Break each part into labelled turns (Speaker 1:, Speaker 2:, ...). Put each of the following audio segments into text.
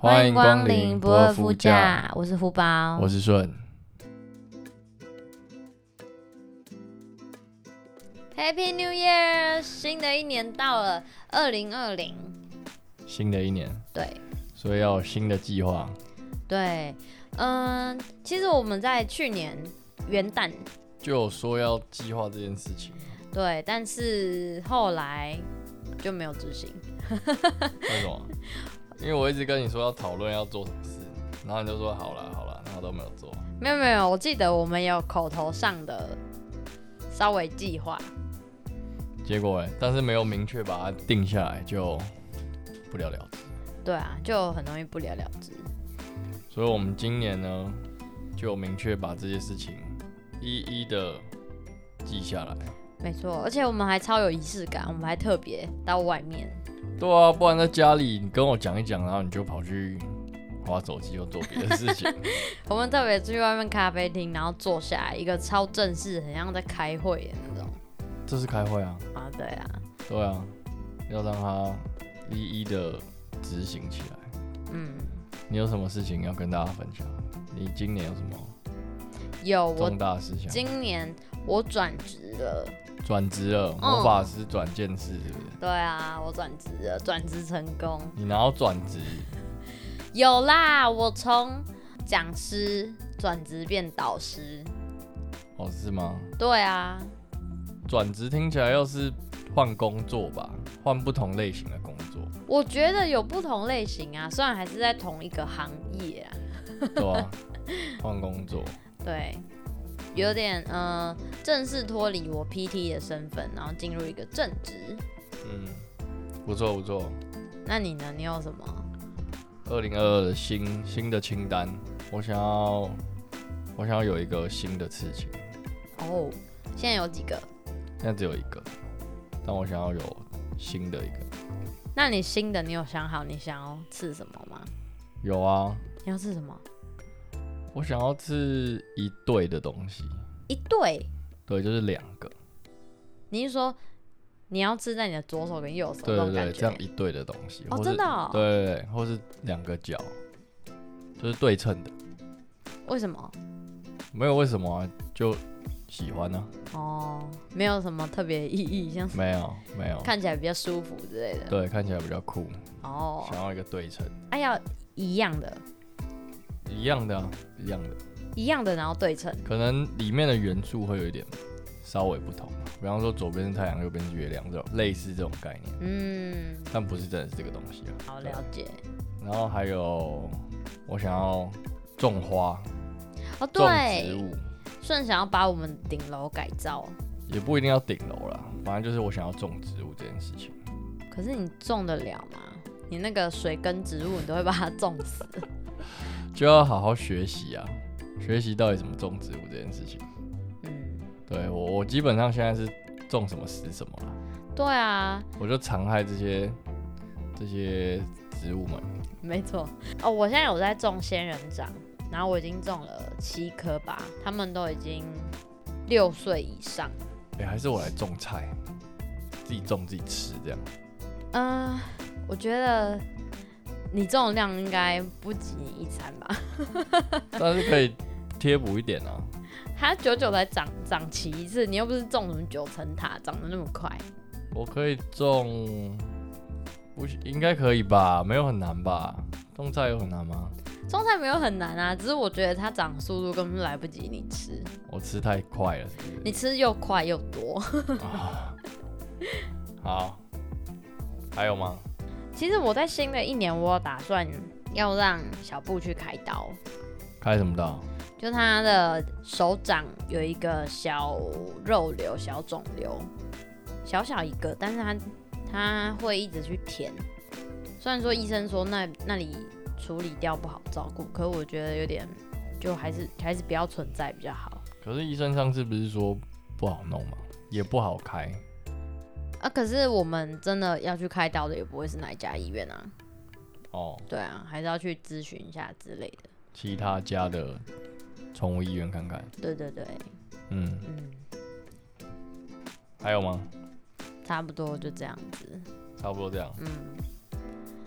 Speaker 1: 欢迎光临不二夫家，
Speaker 2: 我是胡宝
Speaker 1: 我。是顺，
Speaker 2: Happy New Year！新的一年到了，二零二零。
Speaker 1: 新的一年，
Speaker 2: 对
Speaker 1: 所以要有新的计划。
Speaker 2: 对，嗯，其实我们在去年元旦
Speaker 1: 就有说要计划这件事情，
Speaker 2: 对，但是后来就没有执行。
Speaker 1: 为什么？ 因为我一直跟你说要讨论要做什么事，然后你就说好了好了，然后都没有做。
Speaker 2: 没有没有，我记得我们有口头上的稍微计划，
Speaker 1: 结果哎、但是没有明确把它定下来，就不了了之。
Speaker 2: 对啊，就很容易不了了之。
Speaker 1: 所以我们今年呢，就有明确把这些事情一一的记下来。
Speaker 2: 没错，而且我们还超有仪式感，我们还特别到外面。
Speaker 1: 对啊，不然在家里你跟我讲一讲，然后你就跑去划手机又做别的事情。
Speaker 2: 我们特别去外面咖啡厅，然后坐下来，一个超正式，很像在开会的那种。
Speaker 1: 这是开会啊，
Speaker 2: 啊，对啊，
Speaker 1: 对啊，要让它一一的执行起来。
Speaker 2: 嗯，
Speaker 1: 你有什么事情要跟大家分享？你今年有什么
Speaker 2: 有我
Speaker 1: 重大事项？
Speaker 2: 今年我转职了，
Speaker 1: 转职了，魔法师转剑士是不是？
Speaker 2: 对啊，我转职了，转职成功。
Speaker 1: 你哪有转职？
Speaker 2: 有啦，我从讲师转职变导师。
Speaker 1: 哦，是吗？
Speaker 2: 对啊，
Speaker 1: 转职听起来要是换工作吧，换不同类型的工作，
Speaker 2: 我觉得有不同类型啊，虽然还是在同一个行业啊，
Speaker 1: 对啊？换工作，
Speaker 2: 对，有点呃，正式脱离我 PT 的身份，然后进入一个正职。
Speaker 1: 嗯，不错不错。
Speaker 2: 那你呢？你有什么？
Speaker 1: 二零二二的新新的清单，我想要我想要有一个新的事情，
Speaker 2: 哦，现在有几个？
Speaker 1: 现在只有一个，但我想要有新的一个。
Speaker 2: 那你新的你有想好你想要吃什么吗？
Speaker 1: 有啊，
Speaker 2: 你要吃什么？
Speaker 1: 我想要吃一对的东西，
Speaker 2: 一对？
Speaker 1: 对，就是两个，
Speaker 2: 你是说你要吃在你的左手跟右手
Speaker 1: 对
Speaker 2: 哦那
Speaker 1: 对
Speaker 2: 种
Speaker 1: 对，
Speaker 2: 感
Speaker 1: 这
Speaker 2: 觉
Speaker 1: 样？一对的东西，
Speaker 2: 哦，
Speaker 1: 或
Speaker 2: 真
Speaker 1: 是
Speaker 2: 的、哦？
Speaker 1: 对对对，或是两个角，就是对称的，
Speaker 2: 为什么？
Speaker 1: 没有为什么啊，就喜欢呢、
Speaker 2: 哦，没有什么特别意义，像
Speaker 1: 啊，没有没有，
Speaker 2: 看起来比较舒服之类的。
Speaker 1: 对，看起来比较酷，
Speaker 2: 哦，
Speaker 1: 想要一个对称，
Speaker 2: 哎、要一样的，
Speaker 1: 一样的、啊，一样的。
Speaker 2: 一样的，然后对称。
Speaker 1: 可能里面的元素会有一点稍微不同吧，比方说左边是太阳，右边是月亮这种类似这种概念，
Speaker 2: 嗯，
Speaker 1: 但不是真的是这个东西啊。
Speaker 2: 好了解。
Speaker 1: 然后还有我想要种花、
Speaker 2: 哦，
Speaker 1: 种植
Speaker 2: 对，
Speaker 1: 物，
Speaker 2: 顺想要把我们顶楼改造，
Speaker 1: 也不一定要顶楼啦，反正就是我想要种植物这件事情。
Speaker 2: 可是你种得了吗？你那个水根植物，你都会把它种 死。
Speaker 1: 就要好好学习啊，学习到底怎么种植物这件事情。
Speaker 2: 嗯，
Speaker 1: 对我，我基本上现在是种什么死什么啦，
Speaker 2: 对啊，
Speaker 1: 我就残害这些这些植物们。
Speaker 2: 没错。哦，我现在有在种仙人掌，然后我已经种了七颗吧，他们都已经六岁以上。
Speaker 1: 哎、还是我来种菜，自己种自己吃这样。
Speaker 2: 嗯、我觉得你种的量应该不及你一餐 吧，
Speaker 1: 但是可以贴补一点啊。
Speaker 2: 它久久才长长齐一次，你又不是种什么九层塔，长得那么快。
Speaker 1: 我可以种，不行应该可以吧？没有很难吧？种菜有很难吗？
Speaker 2: 种菜没有很难啊，只是我觉得它长速度根本来不及你吃，
Speaker 1: 我吃太快了是不
Speaker 2: 你吃又快又多。
Speaker 1: 是？啊好，还有吗？
Speaker 2: 其实我在新的一年，我有打算要让小布去开刀，
Speaker 1: 开什么刀？
Speaker 2: 就他的手掌有一个小肉瘤、小肿瘤，小小一个，但是他他会一直去舔。虽然说医生说那那里处理掉不好照顾，可是我觉得有点，就还是还是不要存在比较好
Speaker 1: 可是医生上次不是说不好弄吗？也不好开，
Speaker 2: 啊。可是我们真的要去开刀的，也不会是哪一家医院啊。
Speaker 1: 哦，
Speaker 2: 对啊，还是要去咨询一下之类的。
Speaker 1: 其他家的宠物医院看看。
Speaker 2: 对对对，
Speaker 1: 嗯，
Speaker 2: 嗯，
Speaker 1: 还有吗？
Speaker 2: 差不多就这样子。
Speaker 1: 差不多这样。
Speaker 2: 嗯，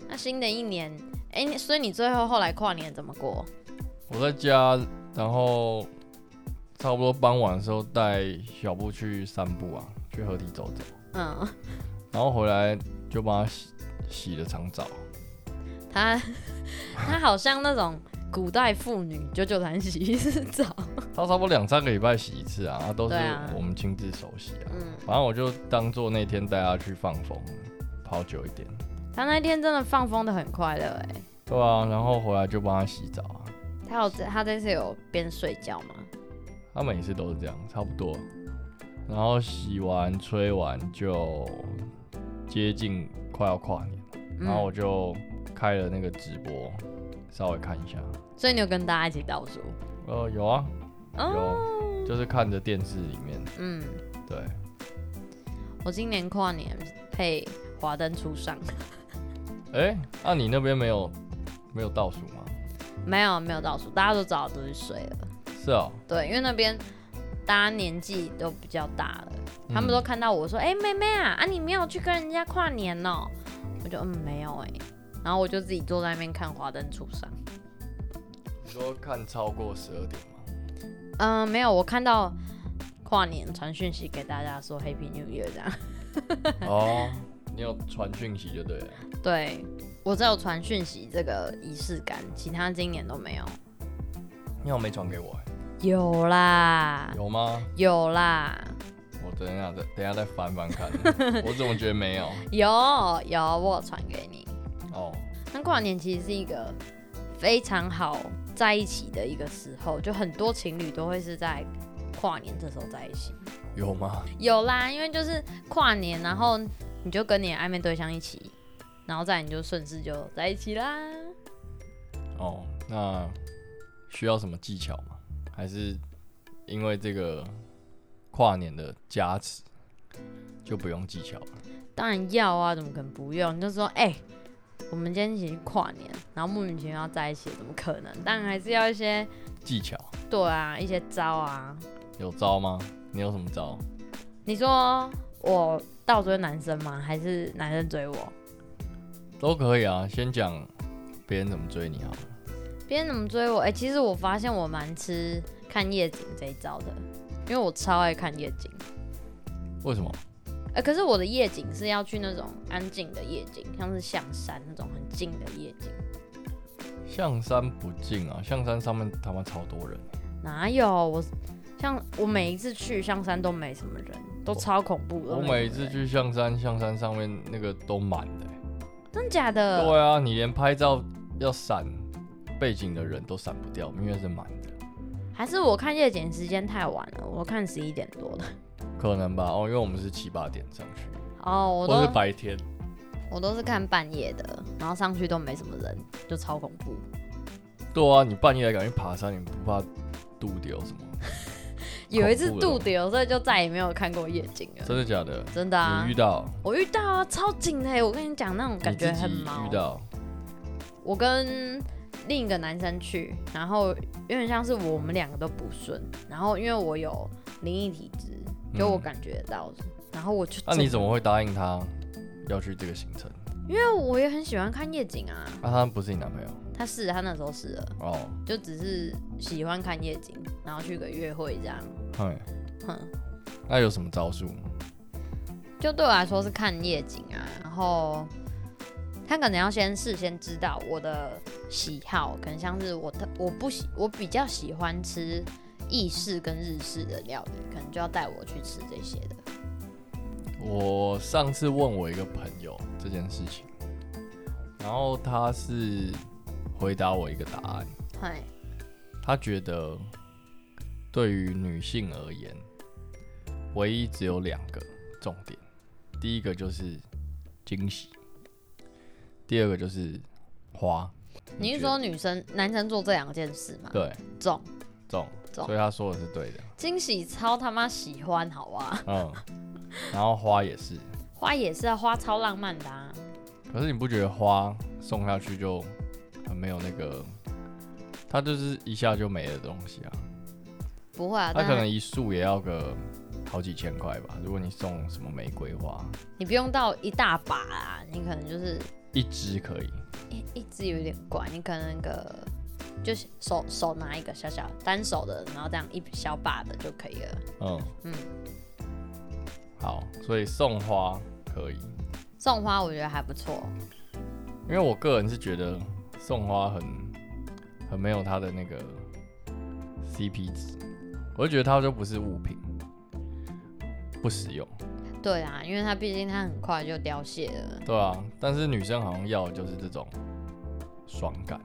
Speaker 2: 那新的一年，哎、哎、你所以你最后后来跨年怎么过？
Speaker 1: 我在家，然后差不多傍晚的时候带小布去散步啊，去河堤走走，
Speaker 2: 嗯，
Speaker 1: 然后回来就帮他洗洗了场澡。
Speaker 2: 她她好像那种古代妇女，久久才洗一次澡。
Speaker 1: 他差不多两三个礼拜洗一次啊，啊都是
Speaker 2: 对啊
Speaker 1: 我们亲自手洗啊。
Speaker 2: 嗯，
Speaker 1: 反正我就当做那天带他去放风，跑久一点。
Speaker 2: 她那天真的放风的很快乐哎、
Speaker 1: 对啊，然后回来就帮他洗澡啊。
Speaker 2: 她有她这次有边睡觉吗？
Speaker 1: 他每次都是这样，差不多。然后洗完、吹完就接近快要跨年，
Speaker 2: 嗯
Speaker 1: 然后我就开了那个直播，稍微看一下。
Speaker 2: 所以你有跟大家一起倒数
Speaker 1: 呃，有啊，
Speaker 2: 哦。
Speaker 1: 就是看着电视里面，
Speaker 2: 嗯，
Speaker 1: 对，
Speaker 2: 我今年跨年配《华灯初上》，
Speaker 1: 哎、那、你那边没有没有倒数吗？
Speaker 2: 没有没有倒数，大家都早早都去睡了。
Speaker 1: 是哦，
Speaker 2: 对，因为那边大家年纪都比较大了，他们
Speaker 1: 嗯
Speaker 2: 都看到我说：“哎、妹妹啊，啊你没有去跟人家跨年哦、我就嗯没有哎、然后我就自己坐在那边看《华灯初上》。
Speaker 1: 你说看超过十二点吗？
Speaker 2: 嗯，没有，我看到跨年传讯息给大家说 Happy New Year 这样。
Speaker 1: 哦，你有传讯息就对了。
Speaker 2: 对我只有传讯息这个仪式感，其他今年都没有。
Speaker 1: 你好，没传给我、
Speaker 2: 啊
Speaker 1: 欸，
Speaker 2: 有啦，
Speaker 1: 有吗？
Speaker 2: 有啦，
Speaker 1: 我等一下再等一下再翻翻 看，我怎么觉得没有？
Speaker 2: 有有，我有传给你。
Speaker 1: 哦，
Speaker 2: 那跨年其实是一个非常好在一起的一个时候，就很多情侣都会是在跨年这时候在一起。
Speaker 1: 有吗？
Speaker 2: 有啦，因为就是跨年，然后你就跟你的暧昧对象一起，然后再来你就顺势就在一起啦。
Speaker 1: 哦，那需要什么技巧吗？还是因为这个跨年的加持，就不用技巧了？
Speaker 2: 当然要啊，怎么可能不用？你就说，哎、我们今天一起去跨年，然后莫名其妙在一起，怎么可能？当然还是要一些，
Speaker 1: 技巧
Speaker 2: 对啊，一些招啊。
Speaker 1: 有招吗？你有什么招？
Speaker 2: 你说我倒追男生吗？还是男生追我？
Speaker 1: 都可以啊，先讲别人怎么追你好了。
Speaker 2: 别人怎么追我？哎、其实我发现我蛮吃看夜景这一招的，因为我超爱看夜景。
Speaker 1: 为什么？
Speaker 2: 哎、可是我的夜景是要去那种安静的夜景，像是象山那种很近的夜景。
Speaker 1: 象山不近啊，象山上面他妈超多人，
Speaker 2: 哪有我？像我每一次去象山都没什么人，都超恐怖的。
Speaker 1: 我
Speaker 2: 都没
Speaker 1: 每
Speaker 2: 什么
Speaker 1: 次
Speaker 2: 人，
Speaker 1: 去象山，象山上面那个都满的欸、
Speaker 2: 真假的？
Speaker 1: 对啊，你连拍照要闪背景的人都闪不掉，因为是满的。
Speaker 2: 还是我看夜景时间太晚了，我看十一点多的。
Speaker 1: 可能吧，哦，因为我们是七八点上去，
Speaker 2: 哦，我
Speaker 1: 或是
Speaker 2: 都
Speaker 1: 白天。
Speaker 2: 我都是看半夜的，然后上去都没什么人，就超恐怖。
Speaker 1: 对啊，你半夜还敢去爬山，你不怕肚丢 什么？
Speaker 2: 有一次
Speaker 1: 恐怖了
Speaker 2: 肚子有，所以就再也没有看过夜景了。
Speaker 1: 真的假的？
Speaker 2: 真的啊
Speaker 1: 你遇，到？
Speaker 2: 我遇到啊，超紧的欸，我跟你讲，那种感觉
Speaker 1: 你自
Speaker 2: 很
Speaker 1: 己
Speaker 2: 毛。
Speaker 1: 遇到？
Speaker 2: 我跟另一个男生去，然后有点像是我们两个都不顺，然后因为我有灵异体质，就我感觉得到，然后我就
Speaker 1: 啊那、你怎么会答应他要去这个行程？
Speaker 2: 因为我也很喜欢看夜景啊，
Speaker 1: 那、他不是你男朋友
Speaker 2: 他是他那时候是了，
Speaker 1: 哦？
Speaker 2: 就只是喜欢看夜景，然后去个约会这样，
Speaker 1: 哼，
Speaker 2: 哼。
Speaker 1: 那有什么招数？
Speaker 2: 就对我来说是看夜景啊，然后他可能要先事先知道我的喜好，可能像是我特我不喜我比较喜欢吃意式跟日式的料理，可能就要带我去吃这些的。
Speaker 1: 我上次问我一个朋友这件事情，然后他是回答我一个答案，
Speaker 2: 嗨，
Speaker 1: 他觉得对于女性而言，唯一只有两个重点，第一个就是惊喜，第二个就是花。
Speaker 2: 你是
Speaker 1: 觉得
Speaker 2: 说女生男生做这两件事吗？
Speaker 1: 对
Speaker 2: 中
Speaker 1: 中？
Speaker 2: 中
Speaker 1: 所以他说的是对的，
Speaker 2: 惊喜超他妈喜欢，好 啊，
Speaker 1: 嗯，然后花也是，
Speaker 2: 花也是啊，花超浪漫的啊。
Speaker 1: 可是你不觉得花送下去就很没有那个，它就是一下就没了的东西啊。
Speaker 2: 不会啊，
Speaker 1: 它
Speaker 2: 但
Speaker 1: 可能一束也要个好几千块吧，如果你送什么玫瑰花，
Speaker 2: 你不用到一大把啊，你可能就是
Speaker 1: 一只可以，
Speaker 2: 一一只有点怪，你可能个就是手手拿一个小小单手的，然后这样一小把的就可以了。
Speaker 1: 嗯
Speaker 2: 嗯，
Speaker 1: 好，所以送花可以，
Speaker 2: 送花我觉得还不错，
Speaker 1: 因为我个人是觉得送花很很没有它的那个 CP 值，我就觉得它就不是物品，不实用，
Speaker 2: 对啊，因为它毕竟它很快就凋谢了。
Speaker 1: 对啊。但是女生好像要的就是这种爽感，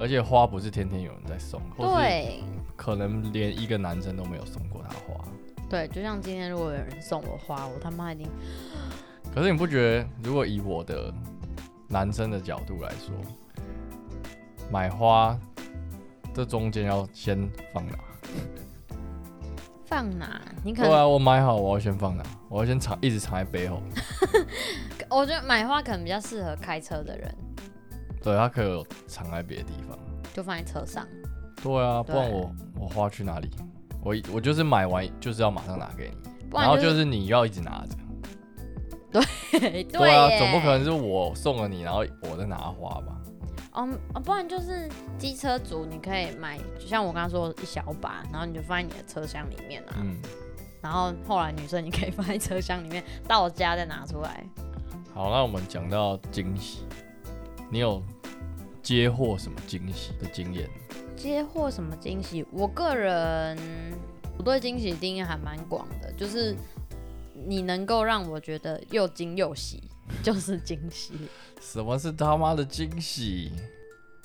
Speaker 1: 而且花不是天天有人在送，或是
Speaker 2: 对
Speaker 1: 可能连一个男生都没有送过她花。
Speaker 2: 对，就像今天如果有人送我花，我他妈已经
Speaker 1: 可是你不觉得，如果以我的男生的角度来说，买花这中间要先放哪？
Speaker 2: 放哪？你可
Speaker 1: 对
Speaker 2: 能、
Speaker 1: 啊，我买好，我要先放哪？我要先藏，一直藏在背后。
Speaker 2: 我觉得买花可能比较适合开车的人，
Speaker 1: 对，啊它可以有藏在别的地方。
Speaker 2: 就放在车上。
Speaker 1: 对啊，不然
Speaker 2: 对
Speaker 1: 我我花去哪里？我一我就是买完就是要马上拿给你，
Speaker 2: 不
Speaker 1: 然后
Speaker 2: 然、
Speaker 1: 就是是你要一直拿着。
Speaker 2: 对
Speaker 1: 对啊，
Speaker 2: 耶
Speaker 1: 总不可能是我送了你，然后我再拿花吧？
Speaker 2: 哦哦，不然就是机车族，你可以买，就像我刚刚说一小把，然后你就放在你的车厢里面啊。
Speaker 1: 嗯，
Speaker 2: 然后后来女生你可以放在车厢里面，到家再拿出来。
Speaker 1: 好，那我们讲到惊喜，你有接获什么惊喜的经验？
Speaker 2: 接获什么惊喜？我个人我对惊喜定义还蛮广的，就是你能够让我觉得又惊又喜， 就是惊喜。
Speaker 1: 什么是他妈的惊喜？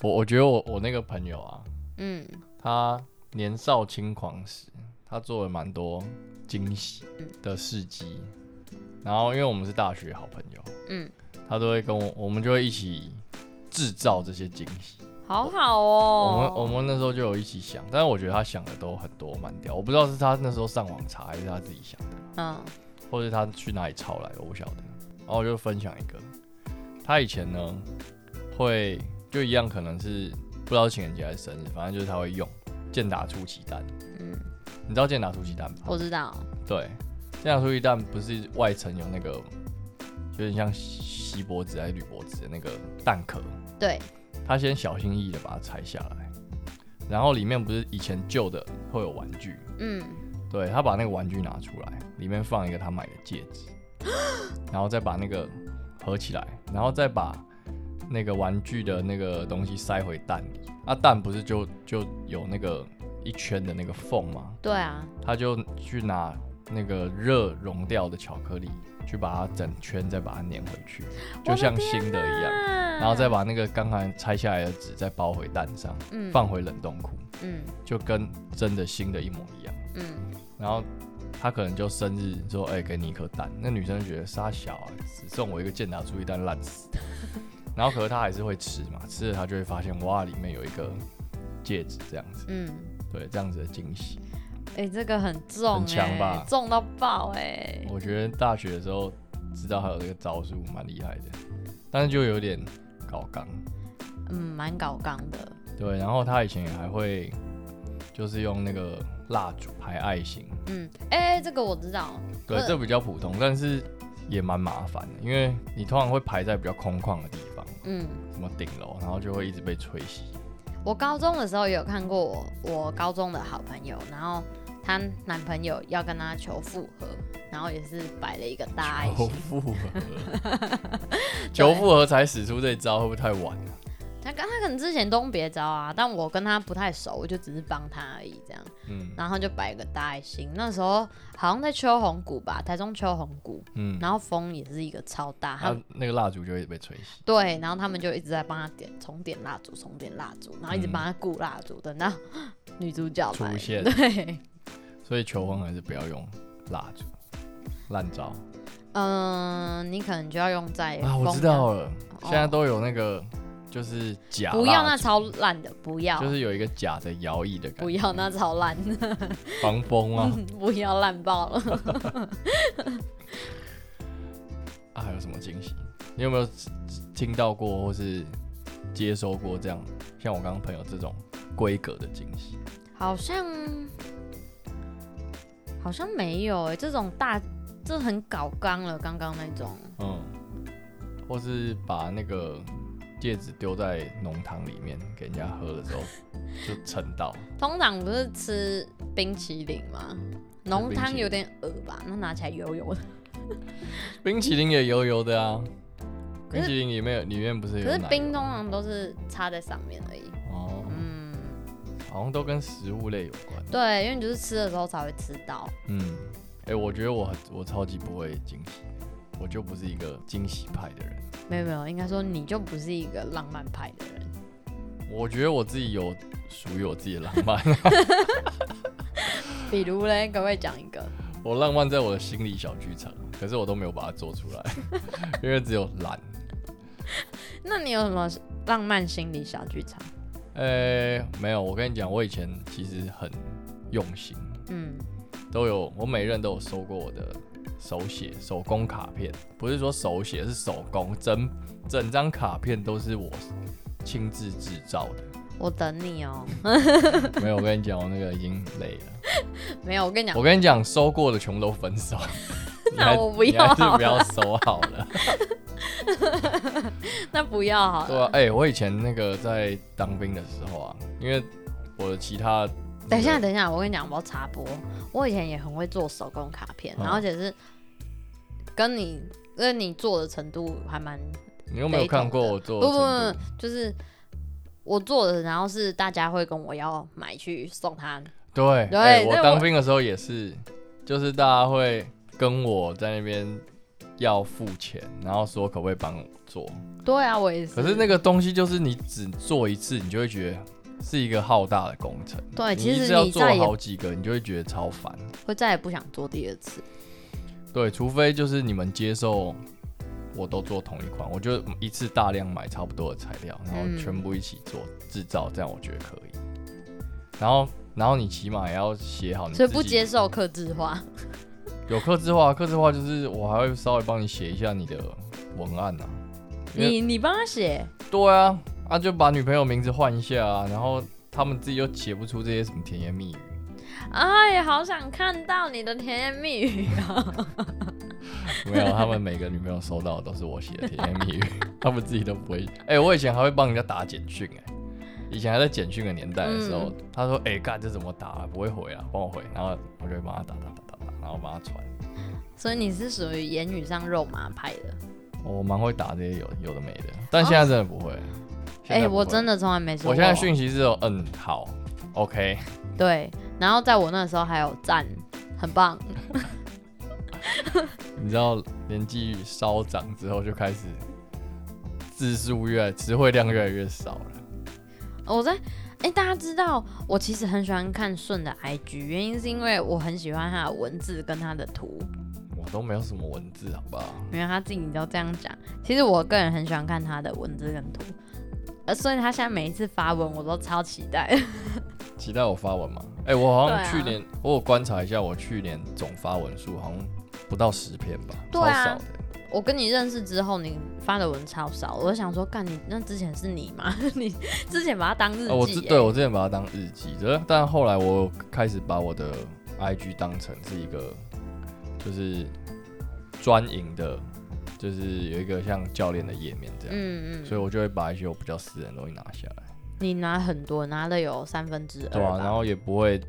Speaker 1: 我我觉得我我那个朋友啊，
Speaker 2: 嗯，
Speaker 1: 他年少轻狂时，他做了蛮多惊喜的事迹。然后因为我们是大学好朋友，
Speaker 2: 嗯，
Speaker 1: 他都会跟我，我们就会一起制造这些惊喜。
Speaker 2: 好好
Speaker 1: 我们
Speaker 2: 哦。
Speaker 1: 我们那时候就有一起想，但是我觉得他想的都很多蛮屌，我不知道是他那时候上网查还是他自己想的，
Speaker 2: 嗯
Speaker 1: 或是他去哪里抄来的，我不晓得。然后我就分享一个，他以前呢会就一样，可能是不知道情人节还是生日，反正就是他会用健达出奇蛋。
Speaker 2: 嗯，
Speaker 1: 你知道健达出奇蛋吧？
Speaker 2: 我知道。
Speaker 1: 对，健达出奇蛋不是外层有那个有点像锡箔纸还是铝箔纸的那个蛋壳，
Speaker 2: 对，
Speaker 1: 他先小心翼翼的把它拆下来，然后里面不是以前旧的会有玩具，
Speaker 2: 嗯，
Speaker 1: 对他把那个玩具拿出来，里面放一个他买的戒指，然后再把那个合起来，然后再把那个玩具的那个东西塞回蛋里。啊，蛋不是就就有那个一圈的那个缝吗？
Speaker 2: 对啊，
Speaker 1: 他就去拿那个热融掉的巧克力，去把它整圈再把它粘回去，就像新的一
Speaker 2: 啊
Speaker 1: 样。
Speaker 2: 嗯
Speaker 1: 然后再把那个刚才拆下来的纸再包回蛋上，
Speaker 2: 嗯
Speaker 1: 放回冷冻库，
Speaker 2: 嗯
Speaker 1: 就跟真的新的一模一样。
Speaker 2: 嗯，
Speaker 1: 然后他可能就生日说：“哎、给你一颗蛋。”那女生就觉得傻小啊，只送我一个健达出一蛋烂死。然后可是他还是会吃嘛，吃了他就会发现哇，里面有一个戒指这样子，
Speaker 2: 嗯，
Speaker 1: 对，这样子的惊喜。
Speaker 2: 哎、这个很重、欸，
Speaker 1: 很强吧
Speaker 2: 重到爆哎、
Speaker 1: 我觉得大学的时候知道还有这个招数，蛮厉害的，但是就有点搞刚。
Speaker 2: 嗯，蛮搞刚的，
Speaker 1: 对，然后他以前也还会就是用那个蜡烛排爱心，
Speaker 2: 嗯，哎、这个我知道，
Speaker 1: 对，
Speaker 2: 呃
Speaker 1: 这比较普通，但是也蛮麻烦的，因为你通常会排在比较空旷的地方，
Speaker 2: 嗯，
Speaker 1: 什么顶楼，然后就会一直被吹熄。
Speaker 2: 我高中的时候也有看过我我高中的好朋友，然后她男朋友要跟她求复合，然后也是摆了一个大爱
Speaker 1: 求
Speaker 2: 心，
Speaker 1: 复合， 求复合才使出这招，会不会太晚了、
Speaker 2: 她跟她可能之前都别招啊，但我跟她不太熟，我就只是帮她而已这样，
Speaker 1: 嗯
Speaker 2: 然后就摆一个大爱心，那时候好像在秋红谷吧，台中秋红谷，
Speaker 1: 嗯，啊
Speaker 2: 然后风也是一个超大，他
Speaker 1: 然后那个蜡烛就会被吹熄。
Speaker 2: 对，然后他们就一直在帮他点重点蜡烛，重点蜡烛，然后一直帮他顾蜡烛，等到 女主角
Speaker 1: 嗯出
Speaker 2: 来
Speaker 1: 现
Speaker 2: 对，
Speaker 1: 所以求婚还是不要用蜡烛，烂招
Speaker 2: 嗯、你可能就要用在
Speaker 1: 啊！我
Speaker 2: 风
Speaker 1: 知
Speaker 2: 量
Speaker 1: 道了，现在都有那个就是假蜡烛，
Speaker 2: 哦不要那超烂的，不要，
Speaker 1: 就是有一个假的摇椅的感
Speaker 2: 不嗯
Speaker 1: 觉，
Speaker 2: 要那超烂 的，
Speaker 1: 防风啊。
Speaker 2: 不要烂爆了。
Speaker 1: 啊，还有什么惊喜？你有没有知知听到过或是接收过这样像我刚刚朋友这种规格的惊喜？
Speaker 2: 好像好像欸没有哎、这种大这很搞刚了，刚刚那种
Speaker 1: 嗯，或是把那个戒指丢在浓汤里面给人家喝的时候 就沉到，
Speaker 2: 通常不是吃冰淇淋吗？浓
Speaker 1: 冰淇
Speaker 2: 汤
Speaker 1: 淋
Speaker 2: 有点恶吧，那拿起来油油的。
Speaker 1: 冰淇淋也油油的啊，
Speaker 2: 可是
Speaker 1: 冰淇淋里面有里面不是有
Speaker 2: 可是
Speaker 1: 奶
Speaker 2: 冰
Speaker 1: 油
Speaker 2: 通常都是插在上面而已。
Speaker 1: 哦，
Speaker 2: 嗯，
Speaker 1: 好像都跟食物类有关。
Speaker 2: 对，因为你就是吃的时候才会吃到。
Speaker 1: 嗯，哎、我觉得我很我超级不会惊喜，我就不是一个惊喜派的人。
Speaker 2: 没有没有，应该说你就不是一个浪漫派的人。
Speaker 1: 我觉得我自己有属于我自己的浪漫，
Speaker 2: 比如嘞，可不可以讲一个？
Speaker 1: 我浪漫在我的心里小剧场，可是我都没有把它做出来， 因为只有懒。
Speaker 2: 那你有什么浪漫心理小剧场？
Speaker 1: 呃、没有，我跟你讲，我以前其实很用心，
Speaker 2: 嗯，
Speaker 1: 都有我每任都有收过我的手写手工卡片，不是说手写是手工，整整张卡片都是我亲自制造的。
Speaker 2: 我等你哦、
Speaker 1: 没有，我跟你讲，我那个已经累了。
Speaker 2: 没有，我跟你讲
Speaker 1: 我，跟你讲，收过的全部都分 手。你
Speaker 2: 那
Speaker 1: 还
Speaker 2: 我不
Speaker 1: 你
Speaker 2: 要
Speaker 1: 还是
Speaker 2: 好
Speaker 1: 不要收好 了。
Speaker 2: 那不要好
Speaker 1: 对
Speaker 2: 了。
Speaker 1: 啊，哎、我以前那个在当兵的时候啊，因为我的其他、
Speaker 2: 等一下，，等一下，我跟你讲，我要插播。我以前也很会做手工卡片，
Speaker 1: 嗯
Speaker 2: 然后而且是跟你跟你做的程度还蛮
Speaker 1: 你有没有看过我做
Speaker 2: 不
Speaker 1: 的
Speaker 2: 不
Speaker 1: 程
Speaker 2: 不
Speaker 1: 度？，
Speaker 2: 就是我做的，然后是大家会跟我要买去送他。
Speaker 1: 对
Speaker 2: 对
Speaker 1: 哎
Speaker 2: 对
Speaker 1: 我
Speaker 2: 我
Speaker 1: 当兵的时候也是，就是大家会跟我在那边要付钱，然后说可不可以帮我做。
Speaker 2: 对啊，我也是。
Speaker 1: 可是那个东西就是你只做一次，你就会觉得是一个浩大的工程。
Speaker 2: 对，
Speaker 1: 你
Speaker 2: 哎其
Speaker 1: 一
Speaker 2: 实
Speaker 1: 次要
Speaker 2: 你
Speaker 1: 做
Speaker 2: 再也
Speaker 1: 好几个，你就会觉得超烦。
Speaker 2: 会再也不想做第二次。
Speaker 1: 对，除非就是你们接受我都做同一款，我就一次大量买差不多的材料，然后
Speaker 2: 嗯
Speaker 1: 全部一起做制造，这样我觉得可以。然后，然后你起码也要写好你
Speaker 2: 所
Speaker 1: 自
Speaker 2: 以不
Speaker 1: 己
Speaker 2: 接受克制化。
Speaker 1: 有客制化，客制化就是我还会稍微帮你写一下你的文案呐、啊。因为
Speaker 2: 你你帮他写，
Speaker 1: 对啊，啊就把女朋友名字换一下啊，然后他们自己又写不出这些什么甜言蜜语，
Speaker 2: 哎呀，好想看到你的甜言蜜语啊！
Speaker 1: 没有，他们每个女朋友收到的都是我写的甜言蜜语，他们自己都不会。哎、我以前还会帮人家打简讯、哎，以前还在简讯的年代的时候，他说，哎、干这怎么打、啊？不会回啊，帮我回，然后我就会帮他打打打打打，然后帮他传。
Speaker 2: 所以你是属于言语上肉麻派的。
Speaker 1: 我蛮会打这些有有的没的，但现在真的不会。
Speaker 2: 哎、我真
Speaker 1: 的，
Speaker 2: 的从来没说过。
Speaker 1: 我现在讯息是有嗯好，OK，
Speaker 2: 对，然后在我那时候还有赞，很棒。
Speaker 1: 你知道年纪稍长之后就开始字数越来词汇量越来越少了。
Speaker 2: 我在哎、大家知道我其实很喜欢看顺的 IG，原因是因为我很喜欢他的文字跟他的图，
Speaker 1: 我都没有什么文字，好不好？
Speaker 2: 因为他自己都这样讲。其实我个人很喜欢看他的文字跟图，呃，所以他现在每一次发文我都超期待。
Speaker 1: 期待我发文嘛？哎、我好像
Speaker 2: 对啊
Speaker 1: 去年、我有观察一下，我去年总发文数好像不到十篇吧，
Speaker 2: 对
Speaker 1: 超
Speaker 2: 啊
Speaker 1: 少的。
Speaker 2: 我跟你认识之后，你发的文超少，我就想说，干你那之前是你吗？ 你之前把它当日记、欸
Speaker 1: 啊我之对我之前把它当日记，只是但后来我开始把我的 IG 当成是一个就是专营的，就是有一个像教练的页面这样，
Speaker 2: 嗯
Speaker 1: 所
Speaker 2: 嗯，
Speaker 1: 以我就会把一些我比较私人的东西拿下来，
Speaker 2: 你拿很多，拿了有三分之二
Speaker 1: 对啊，
Speaker 2: 吧。
Speaker 1: 然后也不会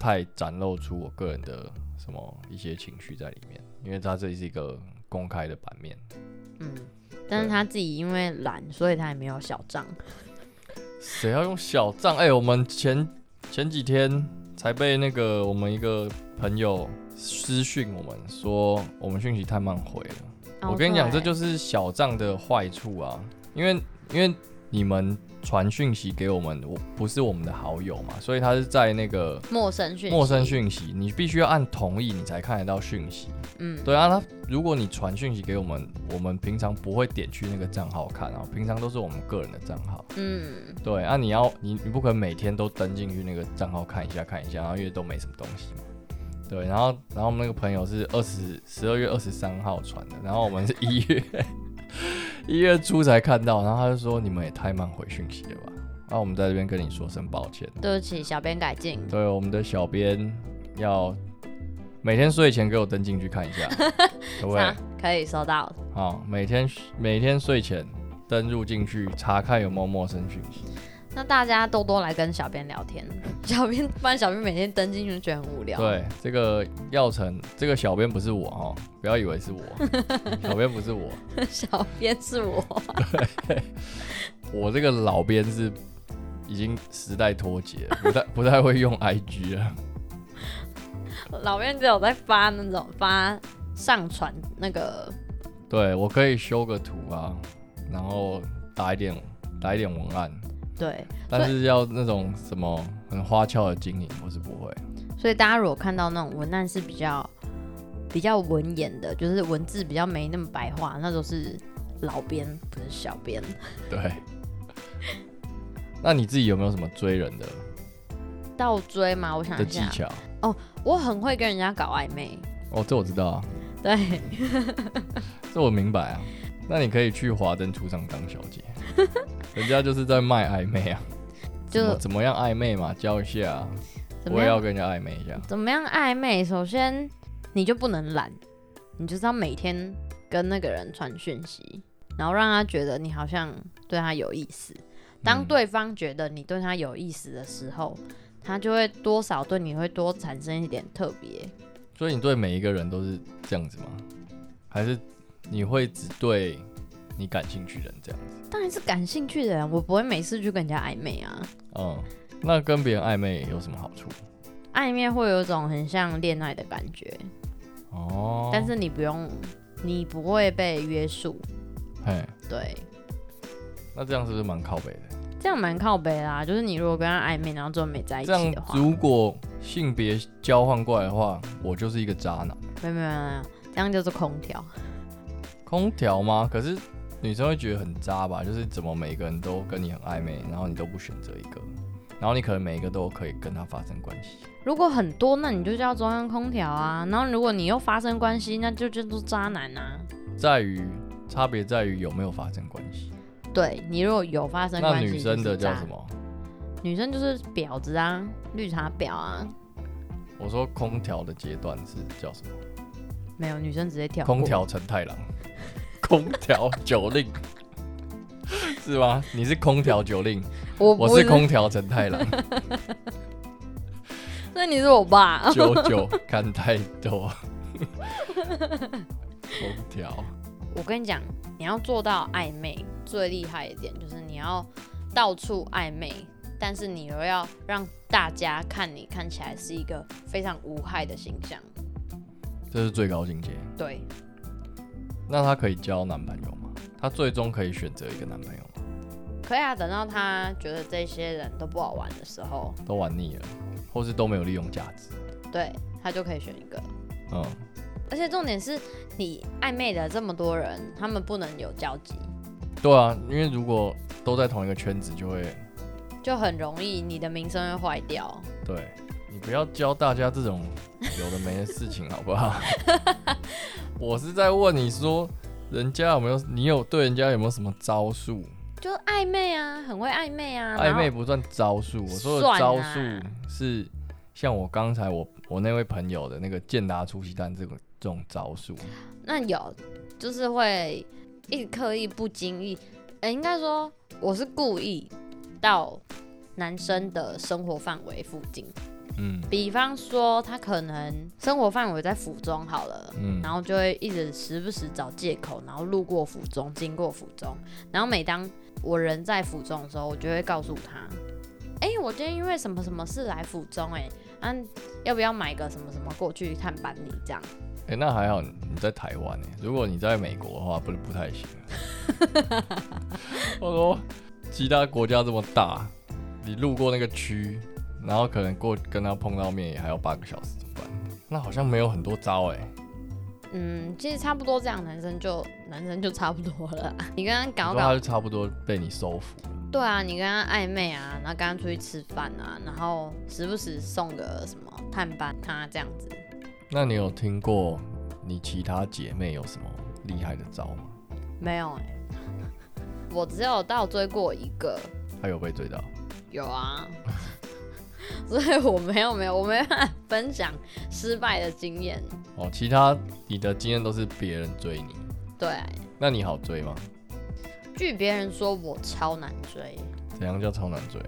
Speaker 1: 太展露出我个人的什么一些情绪在里面，因为它这是一个公开的版面。
Speaker 2: 嗯，但是他自己因为懒，所以他也没有小账。
Speaker 1: 谁要用小账？哎、我们前前几天才被那个我们一个朋友私讯我们说，我们讯息太慢回了。我跟你讲，这
Speaker 2: 哦对
Speaker 1: 就是小账的坏处啊，因为因为你们传讯息给我们，我不是我们的好友嘛，所以他是在那个
Speaker 2: 陌生讯，
Speaker 1: 陌生，讯息，你必须要按同意，你才看得到讯息。
Speaker 2: 嗯，
Speaker 1: 对啊，他如果你传讯息给我们，我们平常不会点去那个账号看啊，平常都是我们个人的账号。
Speaker 2: 嗯，
Speaker 1: 对啊你，要你你不可能每天都登进去那个账号看一下看一下，然后因为都没什么东西嘛。对，然后然后我们那个朋友是二十十二月二十三号传的，然后我们是一月 一月初才看到，然后他就说你们也太慢回讯息了吧？那、我们在这边跟你说声抱歉。
Speaker 2: 对不起，小编改进。
Speaker 1: 对，我们的小编要每天睡前给我登进去看一下，对不对
Speaker 2: 啊？可以收到，
Speaker 1: 哦，每天每天睡前登入进去查看有没有陌生讯息。
Speaker 2: 那大家多多来跟小编聊天， 小编不然小编每天登进去就觉得很无聊。，
Speaker 1: 对，这个药城，这个小编不是我哦，不要以为是我，小编不是我，
Speaker 2: 小编是我，
Speaker 1: 我这个老编是已经时代脱节了，不太 不太会用 IG 了。
Speaker 2: 老编只有在发那种发上传那个，
Speaker 1: 对我可以修个图啊，然后打一点打一点文案，
Speaker 2: 对，
Speaker 1: 但是要那种什么很花俏的经营，我是不会。
Speaker 2: 所以大家如果看到那种文案是比较比较文言的，就是文字比较没那么白话，那都是老编不是小编。
Speaker 1: 对，那你自己有没有什么追人的
Speaker 2: 倒追嘛，我想
Speaker 1: 的
Speaker 2: 一啊
Speaker 1: 技
Speaker 2: 下，
Speaker 1: 巧？
Speaker 2: 我很会跟人家搞暧昧，
Speaker 1: 哦，这我知道啊，
Speaker 2: 对，
Speaker 1: 这我明白啊。那你可以去华灯初上当小 姐，人家就是在卖暧昧啊。怎么
Speaker 2: 就
Speaker 1: 怎么样暧昧嘛，教一下、啊，
Speaker 2: 怎
Speaker 1: 我
Speaker 2: 么
Speaker 1: 也要
Speaker 2: 样
Speaker 1: 跟人家暧昧一下。
Speaker 2: 怎么样暧昧，首先你就不能懒，你就是要每天跟那个人传讯息，然后让他觉得你好像对他有意思。当
Speaker 1: 嗯
Speaker 2: 对方觉得你对他有意思的时候，他就会多少对你会多产生一点特别。
Speaker 1: 所以你对每一个人都是这样子吗？还是你会只对你感兴趣的人这样子？
Speaker 2: 当然是感兴趣的人，我不会每次去跟人家暧昧啊。
Speaker 1: 嗯，那跟别人暧昧有什么好处？
Speaker 2: 暧昧会有一种很像恋爱的感觉，
Speaker 1: 哦，
Speaker 2: 但是你不用，你不会被约束。
Speaker 1: 嘿，
Speaker 2: 对，
Speaker 1: 那这样是不是蛮靠北的？
Speaker 2: 这样蛮靠北啦。就是你如果跟他暧昧，然后最后没在一
Speaker 1: 这
Speaker 2: 起
Speaker 1: 样
Speaker 2: 的话，
Speaker 1: 如果性别交换过来的话，我就是一个渣男。
Speaker 2: 没有没有没有没有，这样就是空调。
Speaker 1: 空调吗？可是女生会觉得很渣吧？就是怎么每个人都跟你很暧昧，然后你都不选择一个，然后你可能每一个都可以跟他发生关系。
Speaker 2: 如果很多，那你就叫中央空调啊。然后如果你又发生关系，那就叫做渣男啊。
Speaker 1: 在于差别在于有没有发生关系。
Speaker 2: 对你如果有发生
Speaker 1: 那
Speaker 2: 关系，
Speaker 1: 女生的
Speaker 2: 就是渣
Speaker 1: 叫什？么？
Speaker 2: 女生就是婊子啊，绿茶婊啊。
Speaker 1: 我说空调的阶段是叫 什么？
Speaker 2: 没有，女生直接跳过
Speaker 1: 空调陈太郎，空调九令，是吗？你是空调九令，
Speaker 2: 我不
Speaker 1: 我是空，调陈太 郎，
Speaker 2: 那你是我爸。
Speaker 1: 九九看太多， 空调
Speaker 2: 我跟你讲，你要做到暧昧，最厉害一点就是你要到处暧昧，但是你又要让大家看你看起来是一个非常无害的形象。
Speaker 1: 这是最高境界。
Speaker 2: 对，
Speaker 1: 那她可以交男朋友吗？她最终可以选择一个男朋友吗？
Speaker 2: 可以啊。等到他觉得这些人都不好玩的时候，
Speaker 1: 都玩腻了，或是都没有利用价值？
Speaker 2: 对他就可以选一个。
Speaker 1: 嗯，
Speaker 2: 而且重点是你暧昧的这么多人，他们不能有交集，
Speaker 1: 对啊，因为如果都在同一个圈子，就会
Speaker 2: 就很容易你的名声会坏掉。
Speaker 1: 对你不要教大家这种有的没的事情，好不好？ 我是在问你说，人家有没有你有对人家有没有什么招数？
Speaker 2: 就是暧昧啊，很会暧昧啊，
Speaker 1: 暧昧
Speaker 2: 然后
Speaker 1: 不算招数，我说的
Speaker 2: 算啊
Speaker 1: 招数是像我刚才我我那位朋友的那个健达出奇蛋这个这种招数，
Speaker 2: 那有，就是会一直刻意不经意，呃、应该说我是故意到男生的生活范围附近，
Speaker 1: 嗯
Speaker 2: 比方说他可能生活范围在府中好了。
Speaker 1: 嗯
Speaker 2: 然后就会一直时不时找借口，然后路过府中，经过府中，然后每当我人在府中的时候，我就会告诉他，哎、我今天因为什么什么事来府中、诶，哎，啊，要不要买个什么什么过去看板你这样？
Speaker 1: 哎、那还好你你在台湾呢、如果你在美国的话，不是不太行。啊 我说其他国家这么大，你路过那个区，然后可能过跟他碰到面也还要八个小时，怎么办？那好像没有很多招哎、
Speaker 2: 嗯，其实差不多这样，男生就男生就差不多了。 你跟他
Speaker 1: 你
Speaker 2: 搞
Speaker 1: 说他
Speaker 2: 搞
Speaker 1: 就，差不多被你收服了。
Speaker 2: 对啊，你跟他暧昧啊，然后跟他出去吃饭啊，然后时不时送个什么探班他这样子。
Speaker 1: 那你有听过你其他姐妹有什么厉害的招吗？
Speaker 2: 没有哎、我只有倒追过一个，
Speaker 1: 她有被追到？
Speaker 2: 有啊， 所以我没有没有，我没办法分享失败的经验。
Speaker 1: 哦，其他你的经验都是别人追你，
Speaker 2: 对，
Speaker 1: 那你好追吗？
Speaker 2: 据别人说我超难追，
Speaker 1: 怎样叫超难追？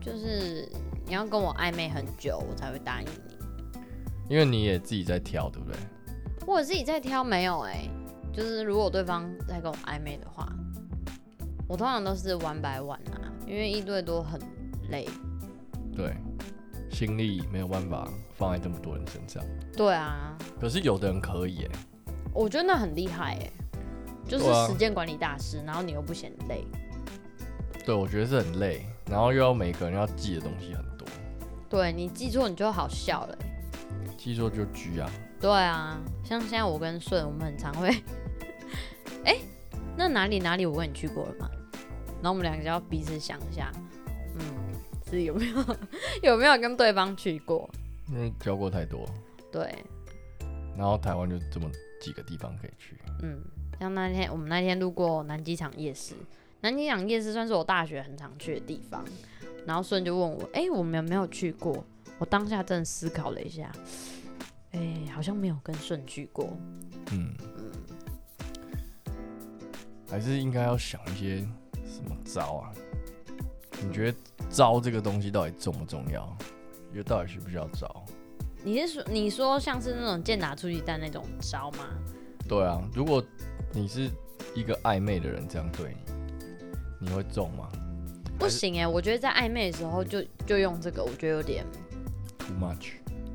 Speaker 2: 就是你要跟我暧昧很久，我才会答应你。
Speaker 1: 因为你也自己在挑，对不对？
Speaker 2: 我自己在挑没有哎、就是如果对方在跟我暧昧的话，我通常都是 one by one 啊，因为一对多很累。
Speaker 1: 对，心力没有办法放在这么多人身上。
Speaker 2: 对啊，
Speaker 1: 可是有的人可以耶，
Speaker 2: 我觉得那很厉害哎、就是
Speaker 1: 对啊
Speaker 2: 时间管理大师，然后你又不嫌累。
Speaker 1: 对我觉得是很累，然后又要每个人要记的东西很多，
Speaker 2: 对你记错你就好笑了欸、
Speaker 1: 记错就拘啊。
Speaker 2: 对啊，像现在我跟顺，我们很常会， 哎、那哪里哪里我跟你去过了吗？然后我们两个就要彼此想一下，嗯，是有没有 有没有跟对方去过？
Speaker 1: 因为教过太多，
Speaker 2: 对，
Speaker 1: 然后台湾就这么几个地方可以去。
Speaker 2: 嗯，像那天我们那天路过南机场夜市，南机场夜市算是我大学很常去的地方。然后顺就问我，哎、我们有没有去过？我当下真的思考了一下，哎、好像没有跟顺去过。
Speaker 1: 嗯，还是应该要想一些什么招啊？你觉得招这个东西到底重不重要？觉得到底需不需要招？
Speaker 2: 你是说你说像是那种剑打出鸡蛋那种招吗？
Speaker 1: 对啊，如果你是一个暧昧的人这样对你，你会中吗
Speaker 2: 不行哎、我觉得在暧昧的时候就就用这个，我觉得有点
Speaker 1: ？Too much，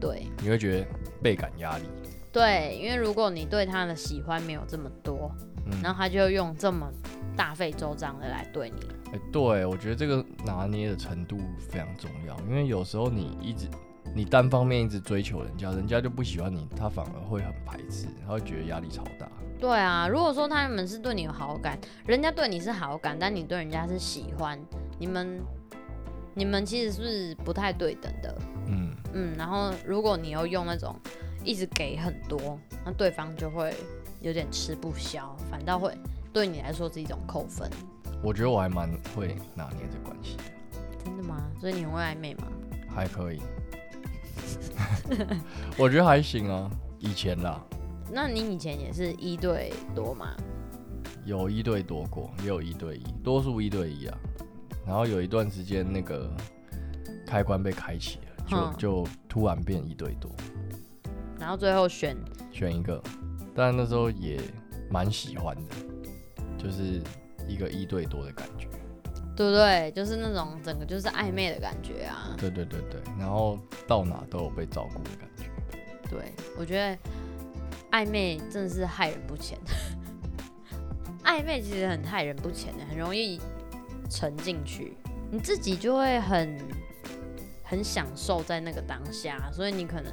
Speaker 2: 对
Speaker 1: 你会觉得倍感压力。
Speaker 2: 对，因为如果你对他的喜欢没有这么多，
Speaker 1: 嗯，
Speaker 2: 然后他就用这么大费周章的来对你，
Speaker 1: 哎对我觉得这个拿捏的程度非常重要，因为有时候你一直你单方面一直追求人家，人家就不喜欢你，他反而会很排斥，他会觉得压力超大。
Speaker 2: 对啊，如果说他们是对你有好感，人家对你是好感，但你对人家是喜欢，你们你们其实是不太对等的，
Speaker 1: 嗯，
Speaker 2: 嗯，然后如果你又用那种一直给很多，那对方就会有点吃不消，反倒会对你来说是一种扣分。
Speaker 1: 我觉得我还蛮会拿捏这关系的，
Speaker 2: 真的吗？所以你很会暧昧吗？
Speaker 1: 还可以。 我觉得还行啊，以前啦，
Speaker 2: 那你以前也是一对多吗？
Speaker 1: 有一对多过，也有一对一，多数一对一啊。然后有一段时间那个开关被开启了，
Speaker 2: 嗯
Speaker 1: 就就突然变一对多，
Speaker 2: 然后最后选
Speaker 1: 选一个。但那时候也蛮喜欢的，就是一个一对多的感觉。
Speaker 2: 对不对？就是那种整个就是暧昧的感觉啊。
Speaker 1: 对对对对，然后到哪都有被照顾的感觉。
Speaker 2: 对，我觉得暧昧真的是害人不浅。暧昧其实很害人不浅的，很容易沉进去，你自己就会很很享受在那个当下，所以你可能，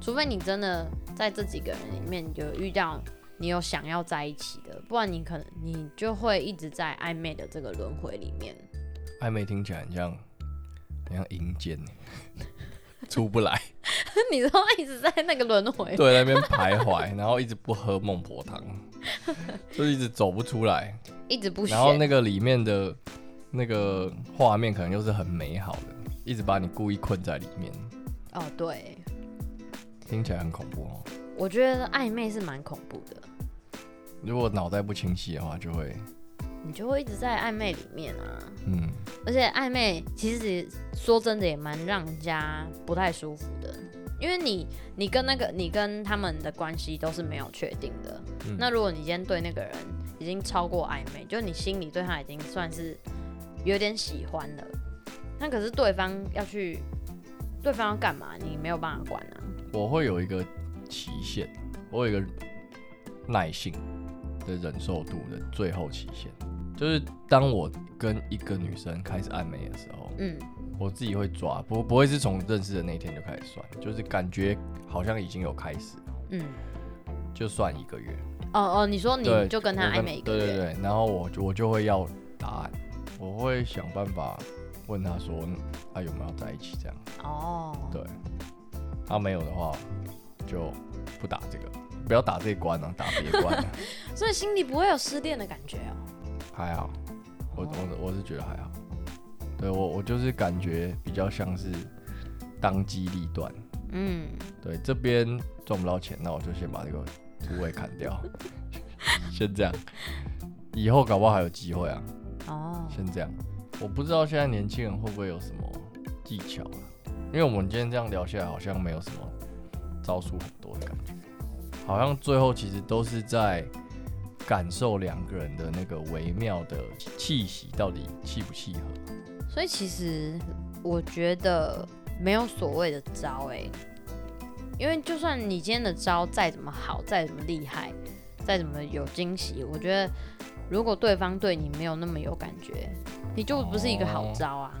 Speaker 2: 除非你真的在这几个人里面有遇到你有想要在一起的，不然你可能你就会一直在暧昧的这个轮回里面。
Speaker 1: 暧昧听起来很像，很像阴间呢，出不来，
Speaker 2: 你都一直在那个轮回，
Speaker 1: 对，那边徘徊，然后一直不喝孟婆汤，就一直走不出来。
Speaker 2: 一直不选
Speaker 1: 然，后那个里面的那个画面可能又是很美好的，一直把你故意困在里面，
Speaker 2: 哦，对。
Speaker 1: 听起来很恐怖哦。
Speaker 2: 我觉得暧昧是蛮恐怖的，
Speaker 1: 如果脑袋不清晰的话，就会
Speaker 2: 你就会一直在暧昧里面啊。
Speaker 1: 嗯，
Speaker 2: 而且暧昧其实说真的也蛮让人家不太舒服的，因为你你跟那个你跟他们的关系都是没有确定的。
Speaker 1: 嗯
Speaker 2: 那如果你今天对那个人已经超过暧昧，就你心里对他已经算是有点喜欢了，那可是对方要去，对方要干嘛，你没有办法管啊。
Speaker 1: 我会有一个期限，我有一个耐性的忍受度的最后期限，就是当我跟一个女生开始暧昧的时候，
Speaker 2: 嗯，
Speaker 1: 我自己会抓，不不会是从认识的那一天就开始算，就是感觉好像已经有开始，
Speaker 2: 嗯，
Speaker 1: 就算一个月，
Speaker 2: 哦哦，你说你
Speaker 1: 对，
Speaker 2: 就跟他
Speaker 1: 我
Speaker 2: 暧昧一个
Speaker 1: 对
Speaker 2: 月，
Speaker 1: 对对，然后我就我就会要答案，我会想办法问他说，啊有没有在一起这样，
Speaker 2: 哦，
Speaker 1: 对，他、没有的话就不打这个，不要打这一关啊，打别关、啊，
Speaker 2: 所以心里不会有失恋的感觉哦。
Speaker 1: 还好，我我我是觉得还好，对我我就是感觉比较像是当机立断，
Speaker 2: 嗯，
Speaker 1: 对这边赚不到钱，那我就先把这个部位砍掉， 先这样，以后搞不好还有机会啊。
Speaker 2: 哦，
Speaker 1: 先这样，我不知道现在年轻人会不会有什么技巧啊？因为我们今天这样聊下来，好像没有什么招数很多的感觉，好像最后其实都是在感受两个人的那个微妙的气息到底契不契合。
Speaker 2: 所以其实我觉得没有所谓的招哎、因为就算你今天的招再怎么好，再怎么厉害，再怎么有惊喜，我觉得如果对方对你没有那么有感觉，你就不是一个好招啊。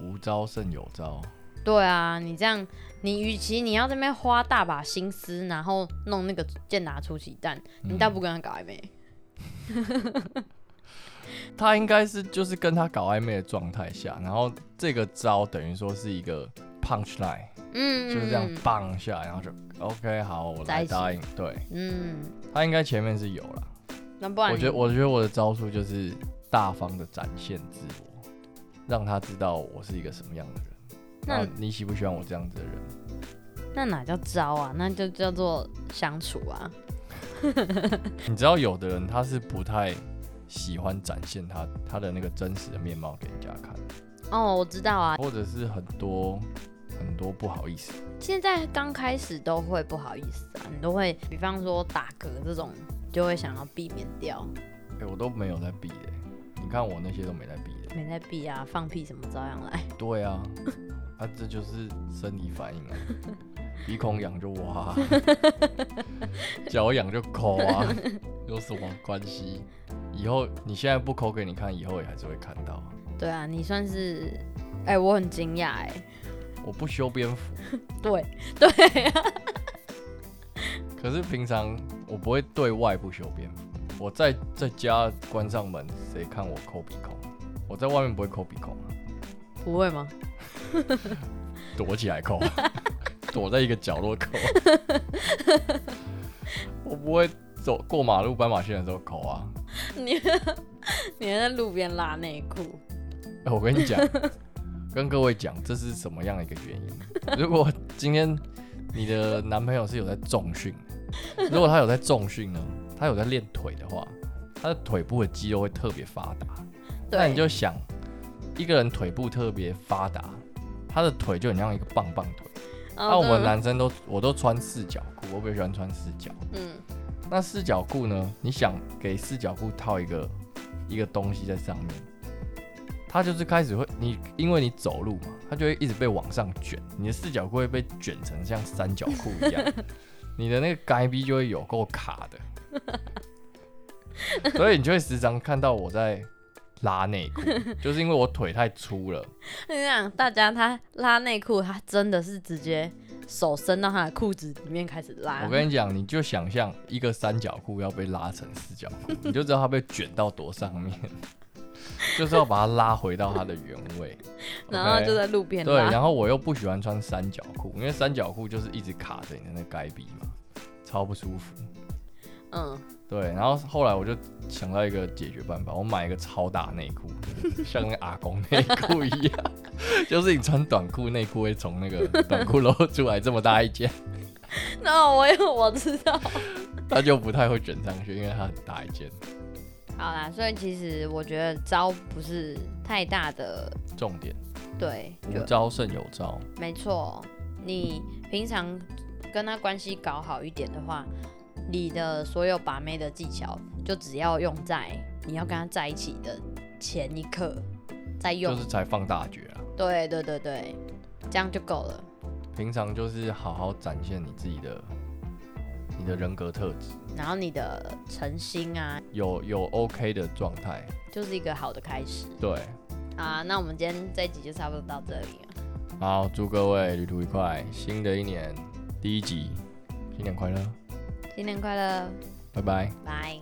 Speaker 1: 无招胜有招，
Speaker 2: 对啊，你这样，你与其你要这边花大把心思，然后弄那个剑拿出奇蛋，你
Speaker 1: 嗯
Speaker 2: 倒不跟他搞暧昧。
Speaker 1: 他应该是就是跟他搞暧昧的状态下，然后这个招等于说是一个 punch line，
Speaker 2: 嗯，
Speaker 1: 就是这样棒下来，然后就 OK 好，我
Speaker 2: 在
Speaker 1: 来
Speaker 2: 一起
Speaker 1: 答应。对
Speaker 2: 嗯。嗯，
Speaker 1: 他应该前面是有啦。
Speaker 2: 那不然
Speaker 1: 我觉得，
Speaker 2: 你
Speaker 1: 我觉得我的招数就是大方的展现自我，让他知道我是一个什么样的人。
Speaker 2: 那
Speaker 1: 那你喜不喜欢我这样子的人？
Speaker 2: 那哪叫招啊？那就叫做相处啊。
Speaker 1: 你知道，有的人他是不太喜欢展现他他的那个真实的面貌给人家看，
Speaker 2: 哦，我知道啊，
Speaker 1: 或者是很多很多不好意思。
Speaker 2: 现在刚开始都会不好意思啊，你都会，比方说打嗝这种，就会想要避免掉，
Speaker 1: 哎、我都没有在避的、你看我那些都没在避的。
Speaker 2: 没在避啊，放屁什么照样来。
Speaker 1: 对啊， 啊，这就是生理反应啊，鼻孔痒就哇，脚痒就抠啊，有什么关系？以后你现在不抠给你看，以后也还是会看到啊。
Speaker 2: 对啊，你算是，哎、我很惊讶哎，
Speaker 1: 我不修边幅，
Speaker 2: 对对啊，
Speaker 1: 可是平常我不会对外不修边幅。我在在家关上门，谁看我抠鼻孔？我在外面不会抠鼻孔啊，
Speaker 2: 不会吗？
Speaker 1: 躲起来抠，躲在一个角落抠。我不会走过马路斑马线的时候抠啊。
Speaker 2: 你你还在路边拉内裤，
Speaker 1: 哎我跟你讲，跟各位讲，这是什么样的一个原因？如果今天你的男朋友是有在重训，如果他有在重训呢，他有在练腿的话，他的腿部的肌肉会特别发达。那
Speaker 2: 对，
Speaker 1: 你就想，一个人腿部特别发达，他的腿就很像一个棒棒腿。那、
Speaker 2: 哦
Speaker 1: 啊我们
Speaker 2: 对
Speaker 1: 男生都我都穿四角裤，我比较喜欢穿四角。
Speaker 2: 嗯，
Speaker 1: 那四角裤呢？你想给四角裤套一个一个东西在上面，它就是开始会你，因为你走路嘛，它就会一直被往上卷，你的四角裤会被卷成像三角裤一 样，你的那个该逼就会有够卡的， 所以你就会时常看到我在拉内裤，就是因为我腿太粗了，
Speaker 2: 你想大家他拉内裤，他真的是直接手伸到他的裤子里面开始拉，
Speaker 1: 我跟你讲，你就想象一个三角裤要被拉成四角裤，你就知道它被卷到多上面， 就是要把它拉回到它的原位。
Speaker 2: 然后
Speaker 1: OK？
Speaker 2: 就在路边
Speaker 1: 对，
Speaker 2: 拉，
Speaker 1: 然后我又不喜欢穿三角裤，因为三角裤就是一直卡着你的那该臂嘛，超不舒服。
Speaker 2: 嗯，
Speaker 1: 对，然后后来我就想到一个解决办法，我买一个超大内裤， 像那个阿公内裤一样， 就是你穿短裤内裤会从那个短裤露出来这么大一件。
Speaker 2: 那我有我知道。
Speaker 1: 它就不太会卷上去，因为它很大一件。
Speaker 2: 好啦，所以其实我觉得招不是太大的，
Speaker 1: 重点，
Speaker 2: 对，
Speaker 1: 无
Speaker 2: 就
Speaker 1: 招胜有招。
Speaker 2: 没错。你平常跟他关系搞好一点的话，你的所有把妹的技巧，就只要用在你要跟他在一起的前一刻再用。
Speaker 1: 就是才放大决啊。
Speaker 2: 对对对对，这样就够了。
Speaker 1: 平常就是好好展现你自己的你的人格特质，
Speaker 2: 然后你的诚心啊，
Speaker 1: 有有 OK 的状态。
Speaker 2: 就是一个好的开始
Speaker 1: 对，
Speaker 2: 啊。那我们今天这一集就差不多到这里了。
Speaker 1: 好，祝各位旅途愉快，新的一年第一集，新年快乐，
Speaker 2: 新年快乐，
Speaker 1: 拜拜。
Speaker 2: 拜。